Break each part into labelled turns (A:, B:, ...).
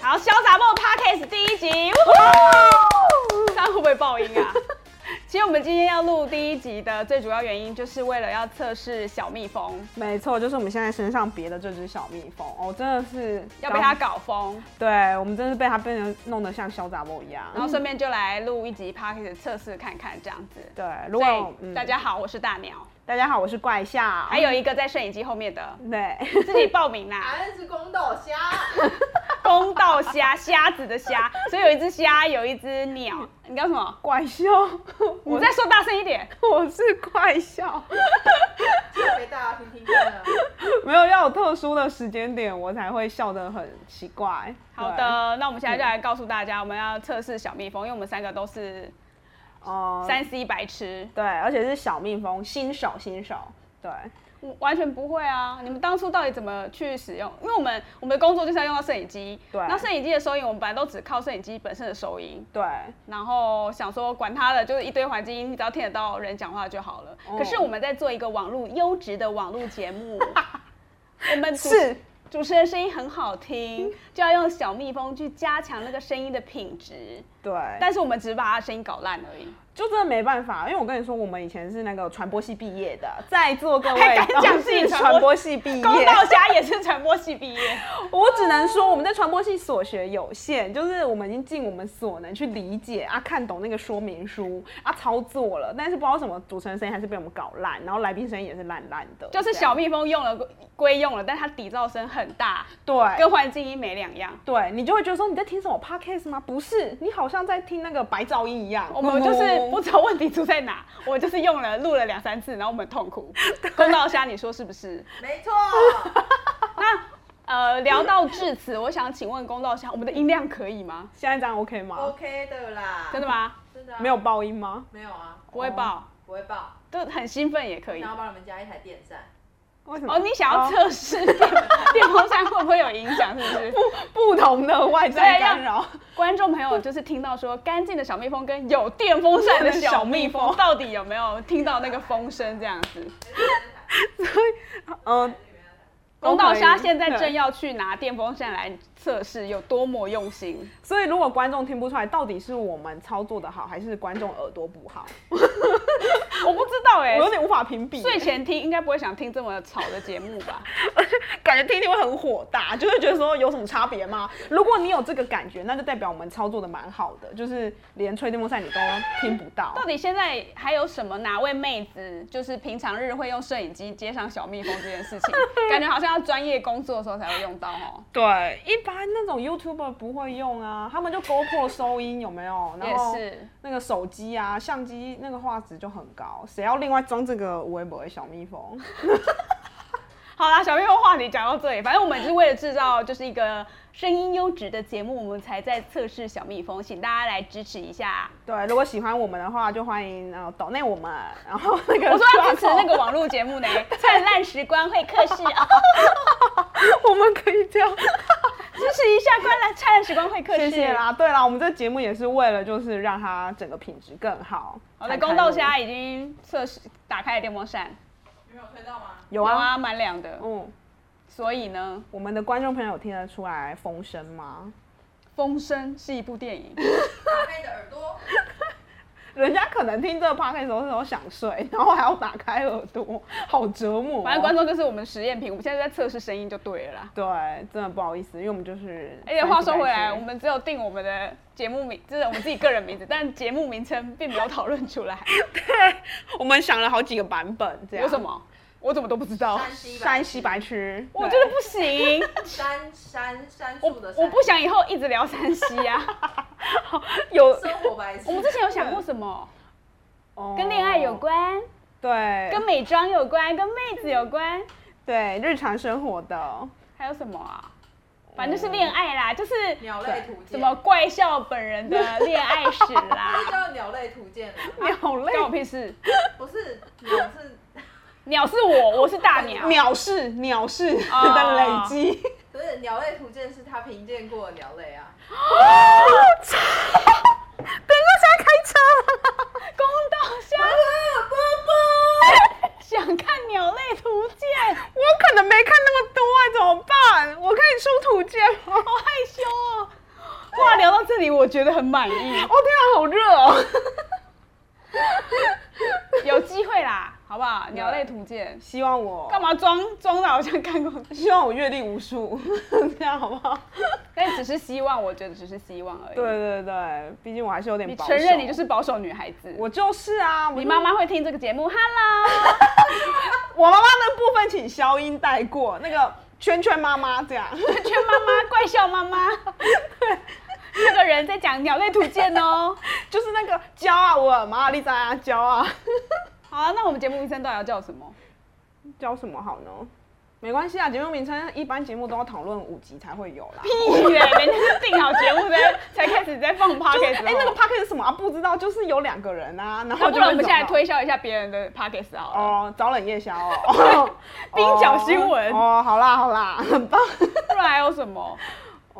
A: 好，潇洒梦 Podcast 第一集，呜呼这样会不会爆音啊？其实我们今天要录第一集的最主要原因，就是为了要测试小蜜蜂
B: 没错，就是我们现在身上别的这只小蜜蜂哦，真的是
A: 要被它，搞疯，
B: 对我们真是被它变成弄得像小杂毛一样。
A: 然后顺便就来录一集 Podcast 测试看看这样子。
B: 对，如
A: 所
B: 果、
A: 以大家好，我是大鸟，
B: 大嗯家好，我是怪夏，
A: 还有一个在摄影机后面的，
B: 对，
A: 自己报名 啦，
C: 答案是公 道虾，
A: 公道虾，虾子的虾，所以有一只虾，有一只鸟，你叫什么？
B: 怪笑，
A: 你再说大声一点。
B: 我是怪笑，
C: 说给大家听听看啊。
B: 没有要有特殊的时间点，我才会笑得很奇怪。
A: 好的，那我们现在就来告诉大家，我们要测试小蜜蜂，因为我们三个都是
B: 对，哦、
A: 三 C 白痴，
B: 对，而且是小蜜蜂，新手新手，对，
A: 我完全不会啊！你们当初到底怎么去使用？因为我们我们的工作就是要用到摄影机，
B: 对
A: 那摄影机的收音，我们本来都只靠摄影机本身的收音，
B: 对，
A: 然后想说管它的，就是一堆环境音，你只要听得到人讲话就好了。
B: 哦
A: 可是我们在做一个网络优质的网络节 目，我们主
B: 是
A: 主持人声音很好听，就要用小蜜蜂去加强那个声音的品质。
B: 对，
A: 但是我们只是把它声音搞烂而已，
B: 就真的没办法，因为我跟你说，我们以前是那个传播系毕业的，在座各
A: 还
B: 位
A: 敢讲
B: 都
A: 自己
B: 是
A: 传播
B: 传播系毕
A: 公
B: 业。
A: 道虾也是传播系毕业，
B: 我只能说，我们在传播系所学有限，就是我们已经尽我们所能去理解啊，看懂那个说明书啊，操作了，但是不知道为什么主持人声音还是被我们搞烂，然后来宾声音也是烂烂的，
A: 就是小蜜蜂用了归归用了，但它底噪声很大，
B: 这样对。
A: 跟环境音没两样。
B: 对你就会觉得说你在听什么 podcast 吗？不是，你好像在听那个白噪音一样。
A: 我们就是不知道问题出在哪，我就是用了录了两三次，然后我们很痛苦。公道虾，你说是不是？
C: 没 错，
A: 呃，聊到至此，我想请问公道虾，我们的音量可以吗？
B: 现在这样 OK 吗？
C: ，OK 的啦。
A: 真的？吗？
C: 真的、啊。
B: 没有。爆音吗？
C: 没有啊，
A: 不会爆，
C: 不会爆。
A: 就很兴奋也可以
C: 想。要帮你们加一台电扇，
B: 为什么？
A: 哦，你想要
B: 哦
A: 测试电电风扇会不会有影响？是不是？
B: 不同的外在
A: 对要
B: 干扰。
A: 观众朋友就是听到说干净的小蜜蜂跟有电风扇的小蜜
B: 小蜜
A: 蜂，
B: 蜂
A: 到底有没有听到那个风声这样子？
B: 嗯，
A: 公道虾现在正
B: 对，
A: 要去拿电风扇来测试有多么用 心，
B: 所以如果观众听不出来，到底是我们操作的好，还是观众耳朵不好，
A: 我不知道哎、
B: 我有点无法评比。
A: 睡前听应该不会想听这么吵的节目吧？
B: 感觉听听会很火大， 就会觉得说有什么差别吗？如果你有这个感觉，那就代表我们操作的蛮好的，就是连吹电风扇你都听不到
A: 到。底现在还有什么哪位妹子就是平常日会用摄影机接上小蜜蜂这件事情，感觉好像要专业工作的时候才会用到哦。
B: 对，一般那种 YouTuber 不会用啊，他们就 GoPro 收音有没有？ 然后
A: 也是
B: 那个手机啊、相机那个画质就很高，谁要另外装这个微博的小蜜蜂？
A: 好啦，小蜜蜂话题讲到这里，反正我们就是为了制造就是一个声音优质的节目，我们才在测试小蜜蜂，请大家来支持一下。
B: 对，如果喜欢我们的话，就欢迎呃岛内我们，然后那个
A: 我说要支持那
B: 刷
A: 个网络节目 呢，灿烂时光会客室哦，
B: 头， 我们可以这样，
A: 支持一下灿烂灿烂时光会客室。
B: 谢谢。啦。对啦，我们这节目也是为了就是让它整个品质更好。
A: 好的，
B: 才开
A: 宫斗
B: 录
A: 虾已经测试打开了电风扇，
C: 你们有推到吗？
B: 有啊，
A: 啊，蛮凉的。
B: 嗯，
A: 所以呢，
B: 我们的观众朋友听得出来风声吗？
A: 《风声》是一部电影，
C: 打开你的耳朵，
B: 人家可能听这个 p o d c a s 的时候想睡，然后还要打开耳朵，好折磨哦、
A: 反正观众就是我们实验品，我们现在在测试声音就对了啦。
B: 对，真的不好意思，因为我们就是。
A: 而哎且话说回来，我们只有定我们的节目名， 就是我们自己个人名字，但节目名称并没有讨论出来。
B: 我们想了好几个版本，这样
A: 有什？么？我怎么都不知道。
C: 山西吧，
B: 山西白痴，
A: 我
B: 对
A: 觉得不 行，
C: 山山山
A: 我
C: 树的山，
A: 我不想以后一直聊山西 啊。
B: 有
C: 生活白痴。
A: 我们之前有想过什么？
B: 哦
A: 跟恋爱有关，
B: 对，
A: 跟美妆有关，跟妹子有关，
B: 对日常生活的，
A: 还有什么啊？反正就是恋爱啦，就是
C: 鸟类图
A: 什
C: 鉴，
A: 么怪笑本人的恋爱史啦
C: 这。叫鸟类图鉴啊？
B: 鸟类
A: 关我屁事！
C: 不是鸟是，
A: 鸟是我，我是大 鸟。
B: 鸟是鸟是
A: 哦
B: 的累 积，
C: 不是鸟类图鉴是他评鉴过的鸟类啊。
B: 等一下现在开车，
A: 公道虾，
C: 不不
B: 啊
A: 哦觉得很满意，
B: 哦天啊，好热哦！
A: 有机会啦，好不好？鸟类图鉴，
B: 希望我
A: 干嘛装装的好像看过？
B: 希望我阅历无数， 这样好不好？
A: 但只是希望，我觉得只是希望而已。
B: 对，对对，毕竟我还是有点
A: 你
B: 保
A: 承认
B: 守
A: 你就是保守女孩子。
B: 我就是啊，我
A: 你
B: 就
A: 妈妈会听这个节目，Hello，
B: 我妈妈那部分请消音带过，那个圈圈妈妈这样。
A: 圈圈妈妈，怪笑妈妈。 这个人在讲鸟类图鉴哦。
B: 就是那个骄啊，我马尔丽在啊，骄啊，
A: 好啊，那我们节目名称到底要叫什么？
B: 教什么好呢？没关系啊，节目名称一般节目都要讨论五集才会有啦。
A: 屁嘞，人家是定好节目才才开始在放 p o
B: 就
A: c k e
B: 是哎、
A: t
B: 那个 p a c k e 是什么啊？不知道，就是有两个人啊，然
A: 那
B: 后
A: 不
B: 就
A: 然我
B: 会
A: 们
B: 找
A: 现在
B: 到
A: 推销一下别人的 p o c k e t 好了。
B: 哦，早冷夜宵 哦，
A: 冰角新闻
B: 哦，好啦好啦，很棒。哦
A: 不然还有什么？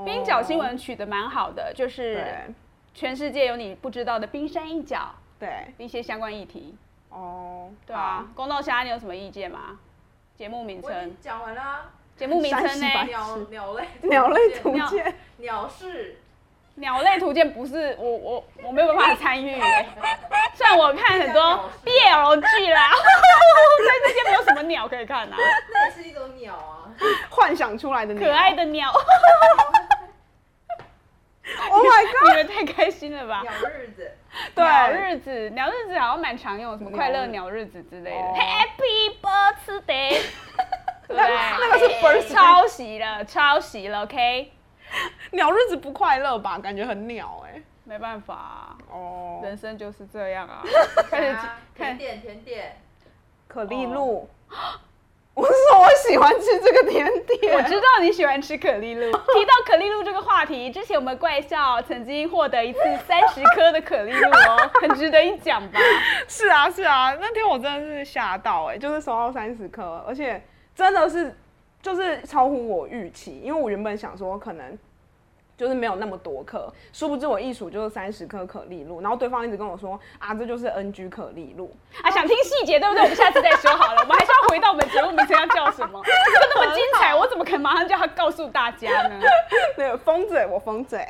A: 冰角新闻取得蛮好的，就是
B: 对
A: 全世界有你不知道的冰山一角，
B: 对
A: 一些相关议题。
B: 哦，
A: 对啊，公道虾，你有什么意见吗？节目名
C: 我已
A: 称
C: 经，讲完啦，
A: 节目名称
B: 山西白
A: 呢？
C: 鸟鸟类
B: 好，鸟类图
C: 图鉴
B: 鉴，
C: 鸟是
A: 鸟类图鉴不是我我我没有办法参与欸，虽然我看很多 BL 剧啦， 但这些没有什么鸟可以看 啊，
C: 也是一种鸟 啊，
B: 幻想出来的
A: 可爱
B: 的
A: 的 鸟，
B: ，Oh my god，
A: 你们太开心了吧？啊
C: 鸟日子。
A: 鸟
B: 对，
A: 日子，鸟日子好像蛮常用，什么快乐鸟日子之类的
B: 哦
A: ，Happy Birthday，对不对？
B: 那个是 birthday
A: 抄袭了，抄袭了，OK，
B: 鸟日子不快乐吧？感觉很鸟哎、
A: 没办法啊、
B: 哦，
A: 人生就是这样 啊。开始
C: 啊
A: 看
C: 甜点甜点，
B: 可丽露。 我是说我喜欢吃这个甜点。
A: 哦 我知道你喜欢吃可丽露。提到可丽露这个话题，之前我们怪校曾经获得一次三十颗的可丽露哦，很值得一讲吧？
B: 是啊是啊，那天我真的是吓到哎、就是收到三十颗，而且真的是就是超乎我预期，因为我原本想说可能。就是没有那么多颗，殊不知我一数就是三十颗可丽露，然后对方一直跟我说啊，这就是 NG 可丽露，
A: 啊，想听细节对不对？我们下次再说好了。我们还是要回到我们节目名称要叫什么？这个那么精彩，我怎么可能马上叫他告诉大家呢？
B: 那个封嘴我封嘴，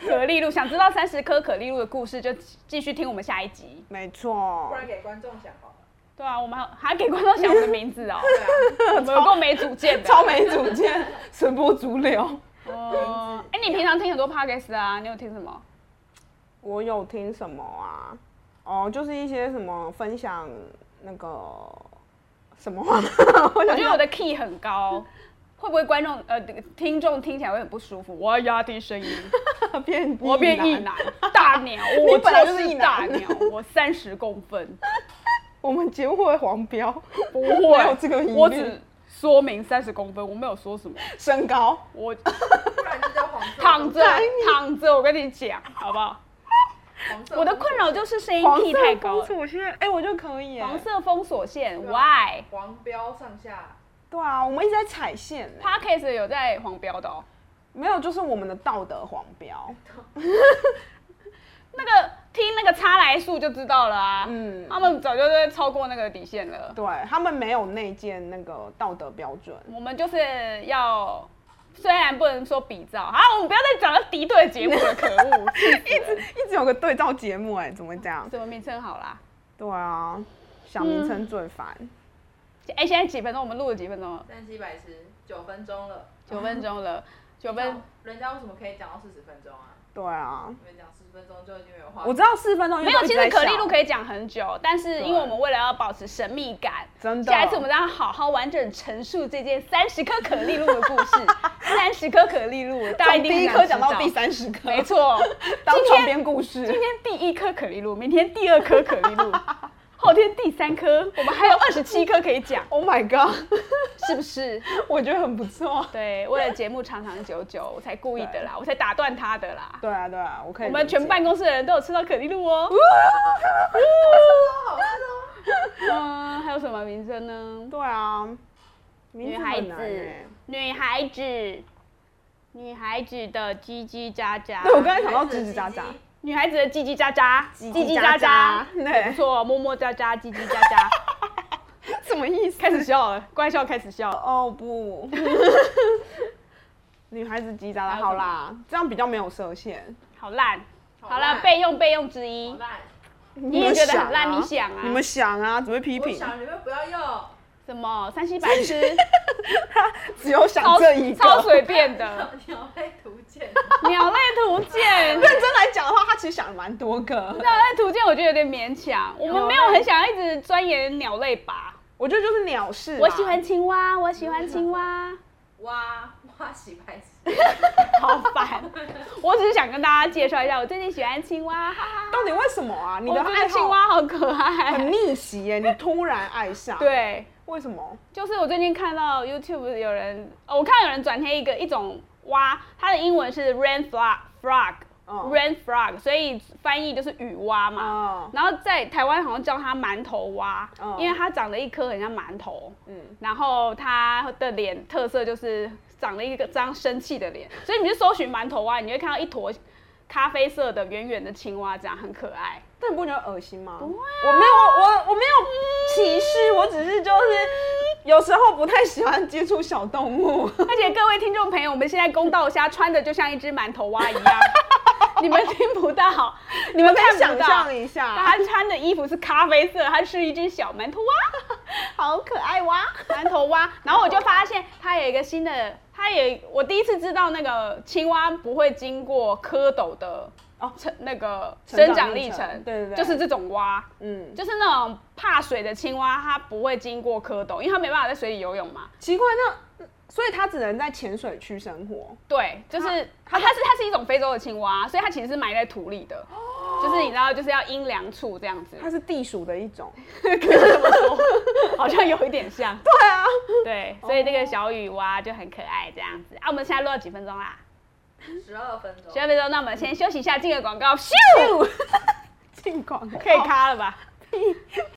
A: 可丽露，想知道三十颗可丽露的故事，就继续听我们下一集。
B: 没错
C: 不，然给观众想 好了。
A: 对啊，我们还还给观众想我们的名字哦，
C: 对啊，
A: 我们有够没主见的。
B: 超没主见， 随波逐流。
A: 哦，哎、你平常听很多 podcast 啊，你有听什么？
B: 我有听什么啊？哦，就是一些什么分享那个什么话，我
A: 我
B: 想
A: 觉得我的 key 很高， 会不会观众呃听众听起来会很不舒服？我要压低声音，
B: 要变
A: 我变
B: 意
A: 异
B: 男，
A: 男，大鸟，我
B: 你本来
A: 就
B: 就是
A: 是
B: 异
A: 大
B: 男
A: 鸟， 我三十公分，
B: 我们节目会不会黄标，
A: 不
B: 没有
A: 会，
B: 这个疑虑
A: 我只说明三十公分，我没有说什么，
B: 身高
A: 我
C: 不然就叫黄色。
A: 躺 着
B: 宰
A: 躺着，我跟你讲，好不好？
C: 黄色
A: 我的困扰就是声音
B: 黄
A: key
B: 色
A: 太高
B: 封
A: 了，
B: 锁线，哎、我就可以、哎
A: 黄色封锁线
C: 对啊
A: ，why？
C: 黄标上下，
B: 对啊，我们一直在踩线、哎
A: Podcast 有在黄标的哦，
B: 没有就是我们的道德黄标，
A: 那个听那个差来数就知道了啊，
B: 嗯
A: 他们早就在超过那个底线了。
B: 对他们没有内建那个道德标准，
A: 我们就是要，虽然不能说比照，啊，我们不要再讲到敌对节目了，可恶！
B: 一直一直有个对照节目、哎，怎么会这样？
A: 什么名称好啦？
B: 对啊，小名称最烦。
A: 嗯哎、现在几分钟？我们录了几分钟了？
C: 但是一百十九分钟了。
A: 九分钟了，九
C: 我
A: 分。
C: 人家为什么可以讲到四十分钟啊？
B: 对啊，
C: 你们讲四十分钟就已经没有话。
B: 我知道四分钟因为
A: 没有，
B: 都一
A: 其
B: 直
A: 实
B: 在
A: 可丽
B: 笑
A: 露可以讲很久，但是因为
B: 对
A: 我们为了要保持神秘感，
B: 真的
A: 下一次我们让它好好完整陈述这件三十颗可丽露的故 事，三十颗可丽露，大家一
B: 从
A: 定
B: 第一
A: 很想
B: 颗讲到
A: 知道
B: 第，三十颗，
A: 没，错。
B: 当
A: 今
B: 床
A: 天
B: 边故事
A: 今。天第一颗可丽露，明天第二颗可丽 露，后天第三颗，我们还有二十七颗可以讲，
B: Oh my god，
A: 是不是？
B: 我觉得很不错。
A: 对，为了节目长长久久，我才故意的啦，我才打断他的啦。
B: 对啊对啊，我可以
A: 我
B: 理解。
A: 们全办公室的人都有吃到可丽露哦。
C: 好吃哦。
A: 嗯，还有什么名称呢？
B: 对啊，
A: 女
B: 女
A: 孩子，女孩子，女孩子的叽叽喳喳。
B: 对我刚才想到吱吱喳
C: 叽
B: 喳
C: 叽，
A: 女孩子的叽叽喳喳，叽
B: 叽喳喳对
A: 不错，么么喳喳，叽叽喳喳，
B: 什么意思？
A: 开始笑了，怪笑开始笑了。
B: 哦 不，女孩子叽喳啦，好啦，这样比较没有设限。
A: 好烂。好
C: 烂
A: 了，备用备用之一
C: 好，烂，
A: 你也觉得很烂，你想啊？
B: 你们想啊，怎么会批
C: 我
B: 评？
C: 想你们不要用。
A: 什么三七白痴，
B: 只有想
A: 超
B: 这一个。哦
A: 超随便的
C: 鸟类图鉴，
A: 鸟类图鉴。
B: 认真来讲的话，他其实想了蛮多个。
A: 鸟类图鉴我觉得有点勉强，我
B: 啊
A: 们没有很想要一直钻研鸟类吧。嗯
B: 我觉得就是啊鸟事。
A: 我喜欢，青蛙，我喜欢青蛙，
C: 哇哇洗白痴，
A: 好烦。 我只是想跟大家介绍一下，我最近喜欢青蛙，哈哈。
B: 到底为什么啊？你
A: 我
B: 的
A: 觉
B: 爱
A: 得青
B: 好
A: 蛙好可
B: 很
A: 爱。
B: 逆袭耶，你突然爱上。，
A: 对，
B: 为什么？
A: 就是我最近看到 YouTube 有人，哦、我看有人转贴一个一种蛙，它的英文是 rain frog frog、
B: 哦
A: rain frog，所以翻译就是雨蛙嘛。
B: 啊，
A: 然后在台湾好像叫它馒头蛙，
B: 哦
A: 因为它长得一颗很像馒头，
B: 嗯，
A: 然后它的脸特色就是长了一个张生气的脸，所以你去搜寻馒头蛙，你就会看到一坨咖啡色的圆圆的青蛙，这样很可爱。
B: 但你不觉得恶心吗？我没有，我我没有歧视，我只是就是有时候不太喜欢接触小动物。
A: 而且各位听众朋友，我们现在公道虾穿的就像一只馒头蛙一样，你们听不到，你们
B: 可
A: 看
B: 以
A: 不
B: 想
A: 到
B: 象一下，
A: 但他穿的衣服是咖啡色，他是一只小馒头蛙，
B: 好可爱哇！
A: 馒头蛙。然后我就发现它有一个新的，它也我第一次知道那个青蛙不会经过蝌蚪的
B: 哦
A: 成那个
B: 成长
A: 生长
B: 历
A: 历
B: 程
A: 程，
B: 对对对
A: 就是这种蛙，
B: 嗯，
A: 就是那种怕水的青蛙，它不会经过蝌蚪，因为它没办法在水里游泳嘛。
B: 奇怪，那所以它只能在浅水区生活。
A: 对，就是它，它是它是一种非洲的青蛙，所以它其实是埋在土里的，就是你知道，就是要阴凉处这样子，
B: 哦它是地鼠的一种，
A: 好像有一点像。
B: 对啊，
A: 对，所以那个小雨蛙就很可爱这样子啊。我们现在录到几分钟啦？
C: 十二分钟
A: 十。二分钟，那我们 先休息一下，进个广告，咻，
B: 进广告
A: 可以卡了吧？